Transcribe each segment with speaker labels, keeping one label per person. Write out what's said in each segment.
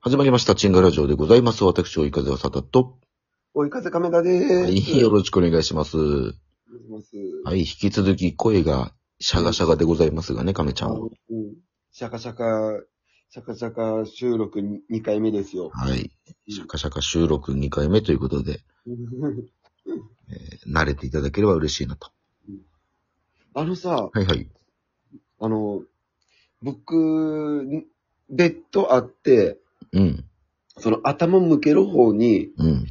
Speaker 1: 始まりました、チンガラジオでございます。私、追い風はさたと。
Speaker 2: 追い風亀田でーす。
Speaker 1: はい、よろしくお願いします。は
Speaker 2: お願いします。
Speaker 1: い、引き続き声がシャガシャガでございますがね、亀ちゃんは。
Speaker 2: うんシャカシャカ、シャカシャカ収録2回目ですよ。
Speaker 1: はい。シャカシャカ収録2回目ということで、えー慣れていただければ嬉しいなと。
Speaker 2: あのさ、
Speaker 1: はいはい。
Speaker 2: あの、僕、ベッドあって、
Speaker 1: うん、
Speaker 2: その頭向ける方に、
Speaker 1: うん、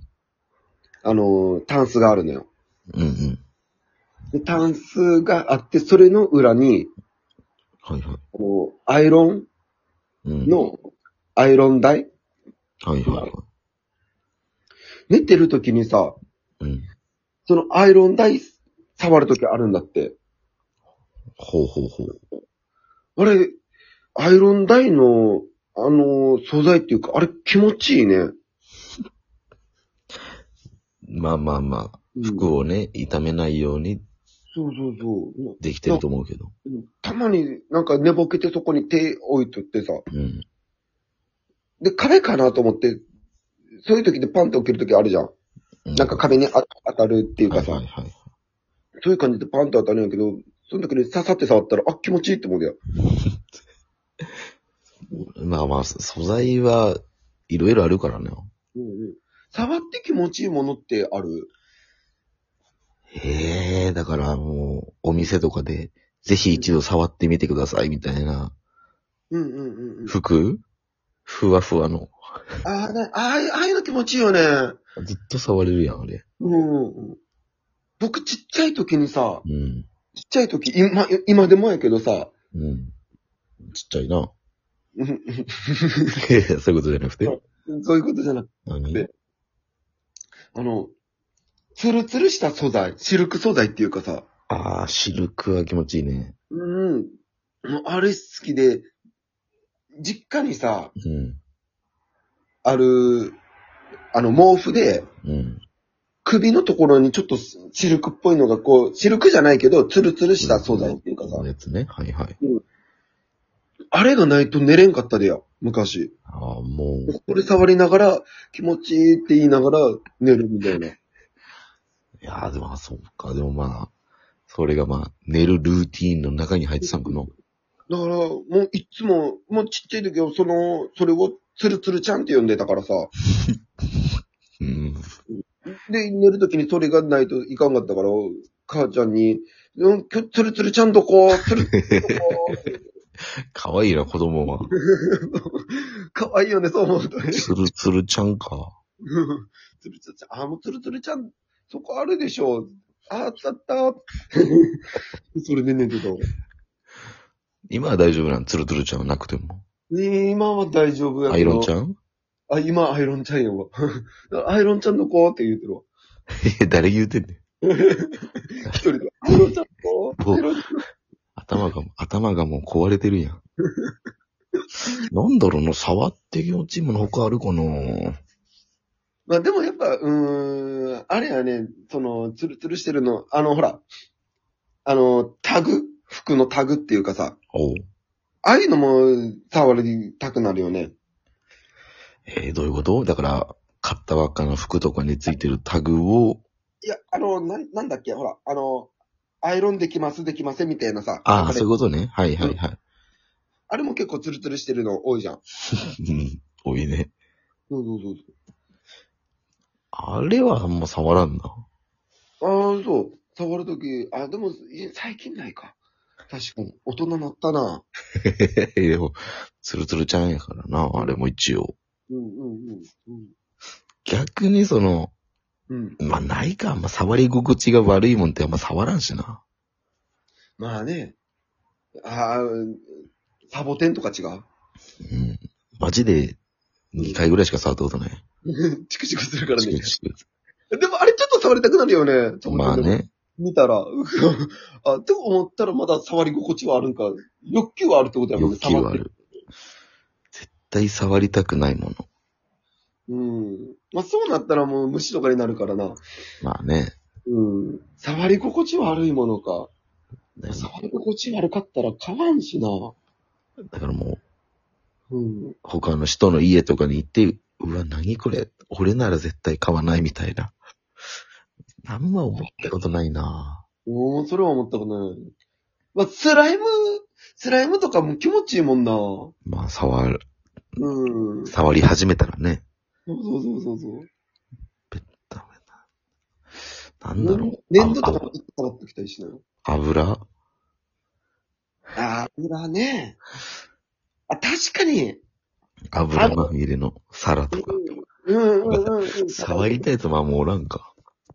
Speaker 2: あの、タンスがあるのよ。
Speaker 1: うん、うん。
Speaker 2: でタンスがあって、それの裏に、
Speaker 1: はいはい。
Speaker 2: こう、アイロン
Speaker 1: うん、
Speaker 2: の、アイロン台
Speaker 1: はいはいはい。
Speaker 2: 寝てる時にさ、
Speaker 1: うん。
Speaker 2: そのアイロン台触る時あるんだって。
Speaker 1: ほうほうほう。
Speaker 2: あれ、アイロン台の、あのー素材っていうか、あれ気持ちいいね。
Speaker 1: まあまあまあ、
Speaker 2: そう
Speaker 1: 服をね、痛めないように
Speaker 2: そうそう。
Speaker 1: できてると思うけど。
Speaker 2: たまになんか寝ぼけてそこに手置いとってさ。
Speaker 1: うん。
Speaker 2: で、壁かなと思って、そういう時でパンって起きる時あるじゃん。なんか壁にあ当たるっていうかさ、
Speaker 1: はいはいはい。
Speaker 2: そういう感じでパンって当たるんやけど、その時に刺さって触ったら、あ、気持ちいいって思うんだよ。
Speaker 1: まあまあ、そ素材はいろいろあるからね。
Speaker 2: 触って気持ちいいものってある
Speaker 1: へえ、だからもう、お店とかで、ぜひ一度触ってみてください、みたいな。
Speaker 2: うんうんうんうん。
Speaker 1: 服ふわふわの。
Speaker 2: ああ、ね、ああいうああいうの気持ちいいよね。
Speaker 1: ずっと触れるやん、あれ。
Speaker 2: うん。僕ちっちゃい時にさ、
Speaker 1: うん。
Speaker 2: ちっちゃい時、今、今でもやけどさ、
Speaker 1: うん。ちっちゃい な。
Speaker 2: うん
Speaker 1: いやいやそういうことじゃなくて。
Speaker 2: うんそういうことじゃなくて、
Speaker 1: 何
Speaker 2: であの、ツルツルした素材、シルク素材っていうかさ、
Speaker 1: ああ、シルクは気持ちいいね。
Speaker 2: うん、もうあれ好きで、実家にさ、
Speaker 1: うん。
Speaker 2: ある、あの、毛布で、
Speaker 1: うん。
Speaker 2: 首のところにちょっとシルクっぽいのがこう、シルクじゃないけど、ツルツルした素材っていうかさ
Speaker 1: この、やつね。はいはい。
Speaker 2: あれがないと寝れんかったでよ、昔。
Speaker 1: ああ、もう、
Speaker 2: これ触りながら、気持ちいいって言いながら寝るみたいな。
Speaker 1: いやーでも、そうか。でもまあ、それがまあ、寝るルーティーンの中に入ってたんかな。
Speaker 2: だから、もういつも、もうちっちゃい時はその、それをツルツルちゃんって呼んでたからさ。
Speaker 1: うん。
Speaker 2: で、寝る時にそれがないといかんかったから、母ちゃんに、うん、今日ツルツルちゃんとこう、ツル ツルどこ
Speaker 1: かわいいな、子供は。
Speaker 2: うかわいいよね、そう思 うとね。
Speaker 1: つるつるちゃんか。
Speaker 2: うんツルツルちゃん、あ、もうツルツルちゃん、そこあるでしょ。あ、あったあった。 それで寝てた。
Speaker 1: 今は大丈夫なん、つるつるちゃんはなくても。
Speaker 2: 今は大丈夫や
Speaker 1: アイロンちゃん
Speaker 2: ゃんあ、今アイロンちゃんやわ。 アイロンちゃんの子って言うてるわ。
Speaker 1: いや誰言うてんねん。
Speaker 2: 一人で。アイロンちゃんの子
Speaker 1: お
Speaker 2: アイロンちゃんの子
Speaker 1: 頭が、頭がもう壊れてるやん。なんだろうな、触って気持ちいいもの他あるかな
Speaker 2: まあでもやっぱ、うーん、あれやね、その、ツルツルしてるの、あの、ほら、あの、タグ服のタグっていうかさ、
Speaker 1: おう
Speaker 2: ああいうのも触りたくなるよね。
Speaker 1: えー、どういうことだから、買ったばっかの服とかについてるタグを、
Speaker 2: いや、あの、なん、なんだっけ、ほら、あの、アイロンできます、できませんみたいなさ。
Speaker 1: ああ、
Speaker 2: れ
Speaker 1: そういうことね。はいはいは
Speaker 2: あれも結構ツルツルしてるの多いじゃん。
Speaker 1: い。うん、多いね。
Speaker 2: そうそうそう
Speaker 1: あれはあんま触らんな。
Speaker 2: そう。ああ、そう。触るとき、あ、でも、い最近ないか。確かに。大人なったな。
Speaker 1: でも、つるつるちゃんやからな、あれも一応。
Speaker 2: うんうんうん。
Speaker 1: 逆にその、
Speaker 2: うん。うん。
Speaker 1: まあ、ないか。あんま触り心地が悪いもんってあんま触らんしな。
Speaker 2: まあね。ああ、サボテンとか違う
Speaker 1: うん。マジで、2回ぐらいしか触ったことない。
Speaker 2: チクチクするからね。でもあれちょっと触りたくなるよね。
Speaker 1: まあ。ね。
Speaker 2: 見たら、 うふふあ、って思ったらまだ触り心地はあるんか。欲求はあるってことやもんね。
Speaker 1: 欲求はあ
Speaker 2: 触って。
Speaker 1: る。絶対触りたくないもの。
Speaker 2: うん。まあそうなったらもう虫とかになるからな。
Speaker 1: まあね。
Speaker 2: うん。触り心地悪いものか。
Speaker 1: だか
Speaker 2: 触り心地悪かったら買わんしな。
Speaker 1: らだからもう、
Speaker 2: うん。
Speaker 1: 他の人の家とかに行って、うわ、何これ俺なら絶対買わないみたいな。何も思ったことないな
Speaker 2: おー、それは思ったことない。まあ、スライム、スライムとかも気持ちいいもんな。
Speaker 1: まあ、触る、
Speaker 2: うん。そ
Speaker 1: 触り始めたらね。
Speaker 2: うそうそうそうそう。
Speaker 1: ダメだ。なんだろう。
Speaker 2: 粘土とかもちょっとってきたりしない
Speaker 1: あ油
Speaker 2: あー、油ね。あ、確かに。
Speaker 1: 油まみれの皿とか。
Speaker 2: うんうんうんうん。
Speaker 1: 触りたいやつまあもうおらんか。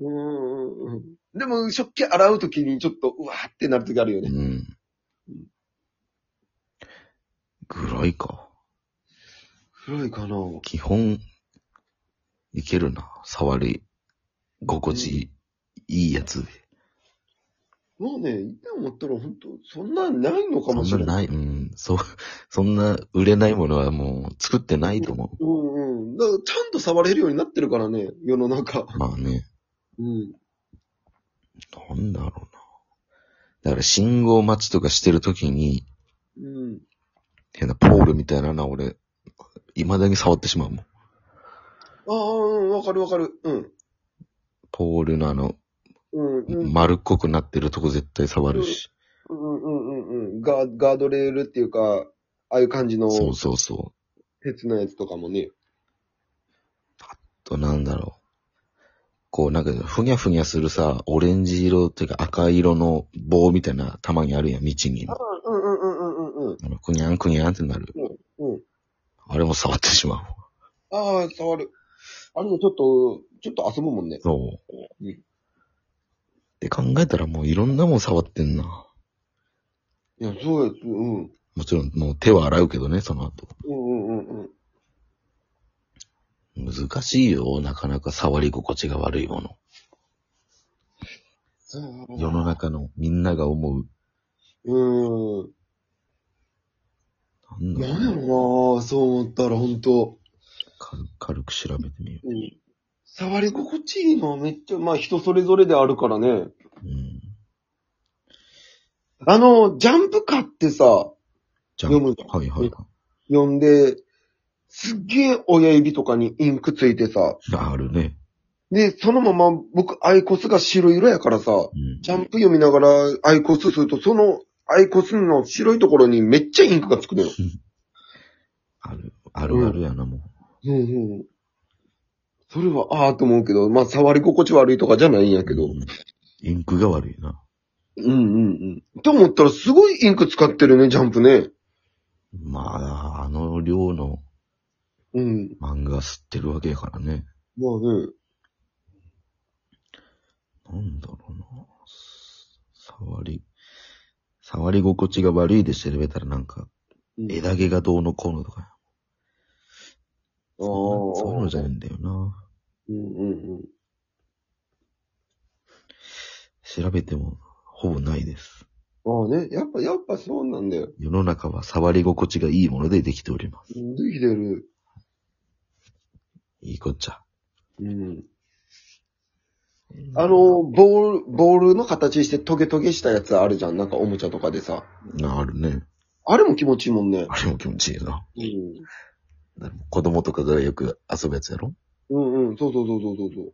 Speaker 2: うんうんうん。でも、食器洗うときにちょっと、うわーってなるときあるよ
Speaker 1: う
Speaker 2: ね。
Speaker 1: ん。ぐらいか。
Speaker 2: 黒いかな
Speaker 1: 基本、いけるな。触り、心地いいやつで。
Speaker 2: もうね、今思ったら本当そんなんないのかもし
Speaker 1: そん
Speaker 2: れ
Speaker 1: な
Speaker 2: ない。
Speaker 1: ない、うん。そう、そんな売れないものはもう作ってないと思
Speaker 2: うんうん。だからちゃんと触れるようになってるからね、世の中。
Speaker 1: う。まあね。
Speaker 2: うん。
Speaker 1: なんだろうな。だから信号待ちとかしてるときに、
Speaker 2: うん。
Speaker 1: 変なポールみたいなな、俺、未だに触ってしまうもん。
Speaker 2: ああ、うん、わかるわかる。うん。
Speaker 1: ポールのあの、
Speaker 2: うん、うん。
Speaker 1: 丸っこくなってるとこ絶対触るし。
Speaker 2: うんうんうんうん。ガーガードレールっていうか、ああいう感じの
Speaker 1: そうそうそう。
Speaker 2: 鉄のやつとかもね。
Speaker 1: と、なんだろう。こう、なんか、ふにゃふにゃするさ、オレンジ色っていうか赤色の棒みたいな、たまにあるやん、道に。あ
Speaker 2: うんうんうんうんうんうん。
Speaker 1: の、くにゃんくにゃんってなる。
Speaker 2: うんうん
Speaker 1: あれも触ってしまう。
Speaker 2: ああ、触る。あれもちょっと、ちょっと遊ぶもんね。
Speaker 1: そう。
Speaker 2: うん
Speaker 1: って考えたらもういろんなもん触ってんな。
Speaker 2: いや、そうや、うん。
Speaker 1: もちろん、もう手は洗うけどね、その後。
Speaker 2: うんうんうんうん。
Speaker 1: 難しいよ、なかなか触り心地が悪いもの。
Speaker 2: そう
Speaker 1: 世の中のみんなが思う。
Speaker 2: うん。
Speaker 1: なんだろ
Speaker 2: なん
Speaker 1: う
Speaker 2: や
Speaker 1: ね
Speaker 2: ろなそう思ったら本当
Speaker 1: か軽く調べてみよ
Speaker 2: うん。触り心地いいのはめっちゃ、まあ人それぞれであるからね。
Speaker 1: う。うん。
Speaker 2: あの、ジャンプカーってさ、
Speaker 1: じゃあ、
Speaker 2: 読む
Speaker 1: はいはいはい。
Speaker 2: 読んで、すっげえ親指とかにインクついてさ、
Speaker 1: あるね。
Speaker 2: で、そのまま僕アイコスが白色やからさ、
Speaker 1: うん。
Speaker 2: ジャンプ読みながらアイコスすると、そのアイコスの白いところにめっちゃインクがつくのよ。
Speaker 1: ある、あるあるやな、もう。
Speaker 2: うんうん。それは、ああと思うけど、まあ、触り心地悪いとかじゃないんやけど。
Speaker 1: う
Speaker 2: うん
Speaker 1: んインクが悪いな。
Speaker 2: うんうん。と思ったら、すごいインク使ってるね、ジャンプね。
Speaker 1: まあ、あの量の
Speaker 2: うん。
Speaker 1: 漫画吸ってるわけやからね。
Speaker 2: まあね。
Speaker 1: なんだろうな。触り、触り心地が悪いで調べたらなんか、
Speaker 2: うん
Speaker 1: 枝毛がどうのこうのとか。
Speaker 2: ああ。
Speaker 1: そういうのじゃないんだよな。
Speaker 2: うんうんうん。
Speaker 1: 調べても、ほぼないです。
Speaker 2: ああね。やっぱ、やっぱそうなんだよ。
Speaker 1: 世の中は触り心地がいいものでできております。
Speaker 2: できてる。
Speaker 1: いいこっちゃ。
Speaker 2: うん。あの、ボール、ボールの形してトゲトゲしたやつあるじゃん。なんかおもちゃとかでさ。
Speaker 1: な、あるね。
Speaker 2: あれも気持ちいいもんね。
Speaker 1: あれも気持ちいいな。
Speaker 2: うん。
Speaker 1: 子供とかがよく遊ぶやつやろ
Speaker 2: うんうん。そうそうそうそうそうそう。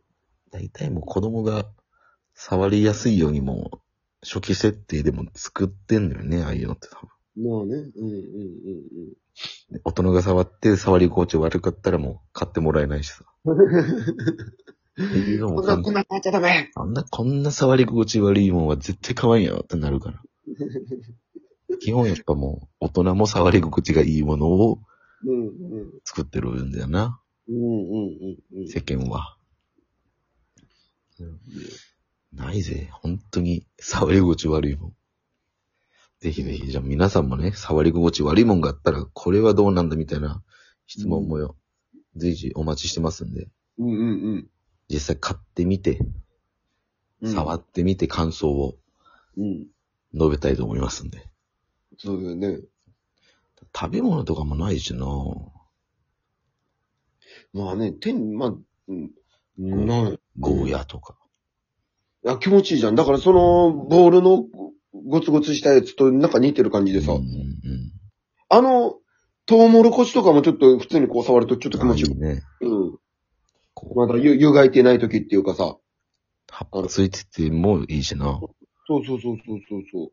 Speaker 1: 大体もう子供が触りやすいようにもう初期設定でも作ってんのよね、ああいうのって多分。
Speaker 2: まあね。うんうんうんうん。
Speaker 1: で大人が触って触り心地悪かったらもう買ってもらえないしさ。っていうのも
Speaker 2: こん
Speaker 1: か
Speaker 2: な、
Speaker 1: ん
Speaker 2: こんな買っちゃダメ
Speaker 1: あんな、こんな触り心地悪いもんは絶対可愛いよってなるから。基本やっぱもう大人も触り心地がいいものを
Speaker 2: うんうん。
Speaker 1: 作ってるんだよな、
Speaker 2: うんうんうんうん。
Speaker 1: 世間は。ないぜ。本当に、触り心地悪いもん。ぜひぜひ、じゃあ皆さんもね、触り心地悪いもんがあったら、これはどうなんだみたいな質問もよ、随時お待ちしてますんで、
Speaker 2: うんうん
Speaker 1: 実際買ってみて、
Speaker 2: うん。
Speaker 1: 触ってみて感想を
Speaker 2: うん。
Speaker 1: 述べたいと思いますんで。
Speaker 2: そうだよね。
Speaker 1: 食べ物とかもないしな
Speaker 2: まあね、手に、まあ、うん。ない。
Speaker 1: ゴーヤとか。
Speaker 2: いや、気持ちいいじゃん。だからその、ボールのゴツゴツしたやつとなんか似てる感じでさ、
Speaker 1: うんうんうん
Speaker 2: あの、トウモロコシとかもちょっと普通にこう触るとちょっと気持ち
Speaker 1: あ
Speaker 2: よ
Speaker 1: いいね。
Speaker 2: い。うん。
Speaker 1: こう
Speaker 2: まだゆ湯がいてない時っていうかさ。
Speaker 1: 葉っぱついててもいいしな。
Speaker 2: そうそうそうそうそうそう。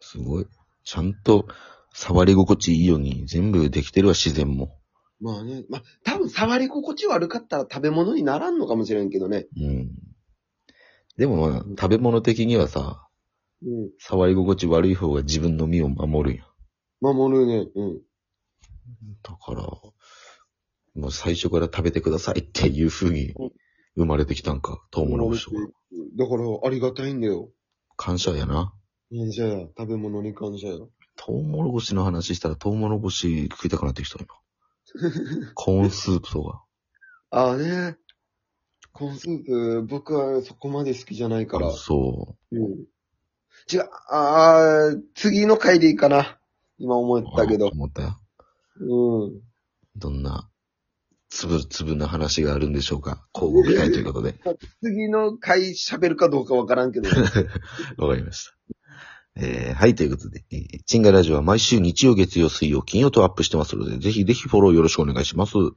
Speaker 1: すごい。ちゃんと触り心地いいように全部できてるわ、自然も。
Speaker 2: まあね、まあ、多分触り心地悪かったら食べ物にならんのかもしれんけどね。
Speaker 1: うん。でもまあ、食べ物的にはさ、
Speaker 2: うん。
Speaker 1: 触り心地悪い方が自分の身を守るやん。
Speaker 2: 守るね。うん。
Speaker 1: だから、もう最初から食べてくださいっていう風に生まれてきたんか、トウモロコシは。
Speaker 2: だから、ありがたいんだよ。
Speaker 1: 感謝やな。
Speaker 2: 感謝や。食べ物に感謝や。
Speaker 1: トウモロコシの話したらトウモロコシ食いたくなって きた今。コーンスープとか。
Speaker 2: ああね。コーンスープ、僕はそこまで好きじゃないから。う
Speaker 1: そ
Speaker 2: ん。違う、ああ、次の回でいいかな。今思っ
Speaker 1: う。
Speaker 2: たけど。
Speaker 1: 思ったよ。
Speaker 2: うん。
Speaker 1: どんな、つぶつぶな話があるんでしょうか。交互期待ということで。
Speaker 2: 次の回喋るかどうかわからん けど。
Speaker 1: わかりました。えー、はい、ということで、えー、チンガラジオは毎週日曜、月曜、水曜、金曜とアップしてますので、ぜひぜひフォローよろしくお願いします。
Speaker 2: お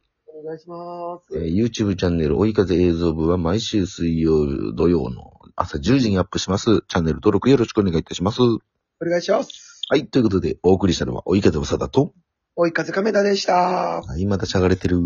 Speaker 2: 願いします。
Speaker 1: えー YouTube チャンネル、追い風映像部は毎週水曜、土曜の朝10時にアップします。チャンネル登録よろしくお願いいたします。は
Speaker 2: お願いします。
Speaker 1: い、ということで、お送りしたのは追い風おさだと、
Speaker 2: 追い風亀田でした。
Speaker 1: はい、またしゃがれてる。